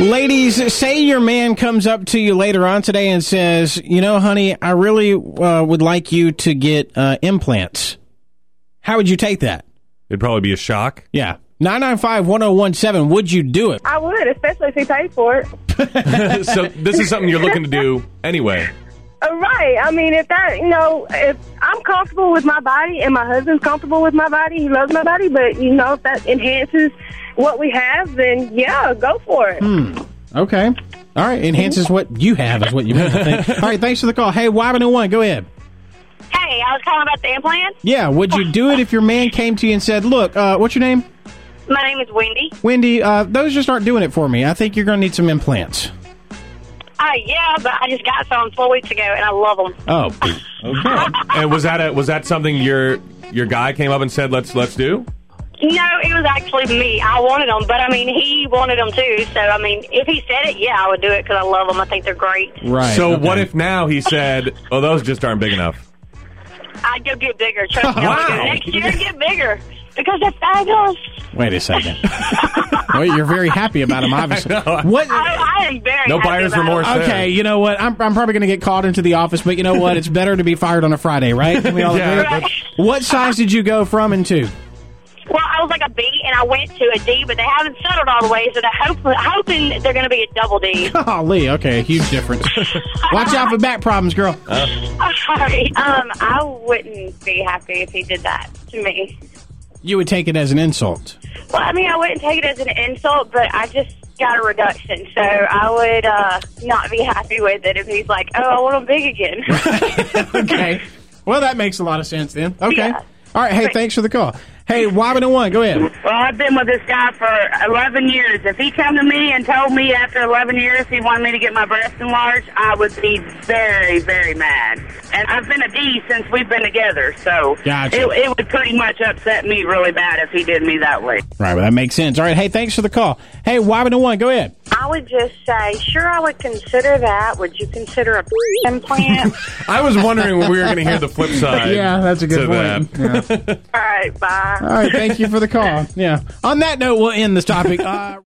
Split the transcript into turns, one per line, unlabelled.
Ladies, say your man comes up to you later on today and says, "You know, honey, I really uh, would like you to get uh, implants." How would you take that?
It'd probably be a shock.
Yeah. 995-1017, would you do it?
I would, especially if he paid for it.
so this is something you're looking to do anyway.
Uh, right. I mean, if that, you know, if I'm comfortable with my body and my husband's comfortable with my body, he loves my body, but, you know, if that enhances what we have, then yeah, go for it.
Okay. All right, enhances what you have is what you meant to think. All right, thanks for the call. Hey, Y101, go ahead.
Hey, I was calling about the implants.
Yeah, would you do it if your man came to you and said, "Look, uh, what's your name?"
My name is Wendy.
Wendy, uh, those just aren't doing it for me. I think you're going to need some implants.
Uh, yeah, but I just got some four weeks ago, and I love them.
Oh,
Okay. and was that a, was that something your your guy came up and said let's let's do?
No, it was actually me. I wanted them, but I mean, he wanted them too. So I mean, if he said it, yeah, I would do it because I love them. I think they're great.
right.
so
okay.
what if now he said, "Oh, those just aren't big enough."
I'd go get bigger. Trust me, I'll go
Wow.
next year get bigger because they're fabulous.
Wait a second. Wait, you're very happy about him, obviously. What?
I, I am very
No
happy
buyer's
about
Uh,
remorse.
Them.
Okay, you know what? I'm, I'm probably going to get called into the office, but you know what? It's better to be fired on a Friday, right? Can we all
Yeah,
agree?
that's-
What size did you go from and to?
Well, I was like a B, and I went to a D, but they haven't settled all the way, so they're hope, hoping they're going to be a double D.
Oh, Lee. Okay, a huge difference. Watch out for back problems, girl.
All right.
Um, I wouldn't be happy if he did that to me.
You would take it as an insult.
Well, I mean, I wouldn't take it as an insult, but I just got a reduction, so I would uh, not be happy with it if he's like, "Oh, I want him big again."
Okay. Well, that makes a lot of sense then. Okay.
Yeah.
All right. Hey, thanks for the call. Hey, Wobbin and one, go ahead.
Well, I've been with this guy for 11 years. If he come to me and told me after 11 years he wanted me to get my breast enlarged, I would be very, very mad. And I've been a D since we've been together, so
Gotcha.
it, it would pretty much upset me really bad if he did me that way.
Right, well, that makes sense. All right, hey, thanks for the call. Hey, Wobbin and one, go ahead.
I would just say, sure, I would consider that. Would you consider a implant?
I was wondering when we were going to hear the flip side. to that.
All right, bye.
All right, thank you for the call. Yeah. On that note, we'll end this topic. Uh,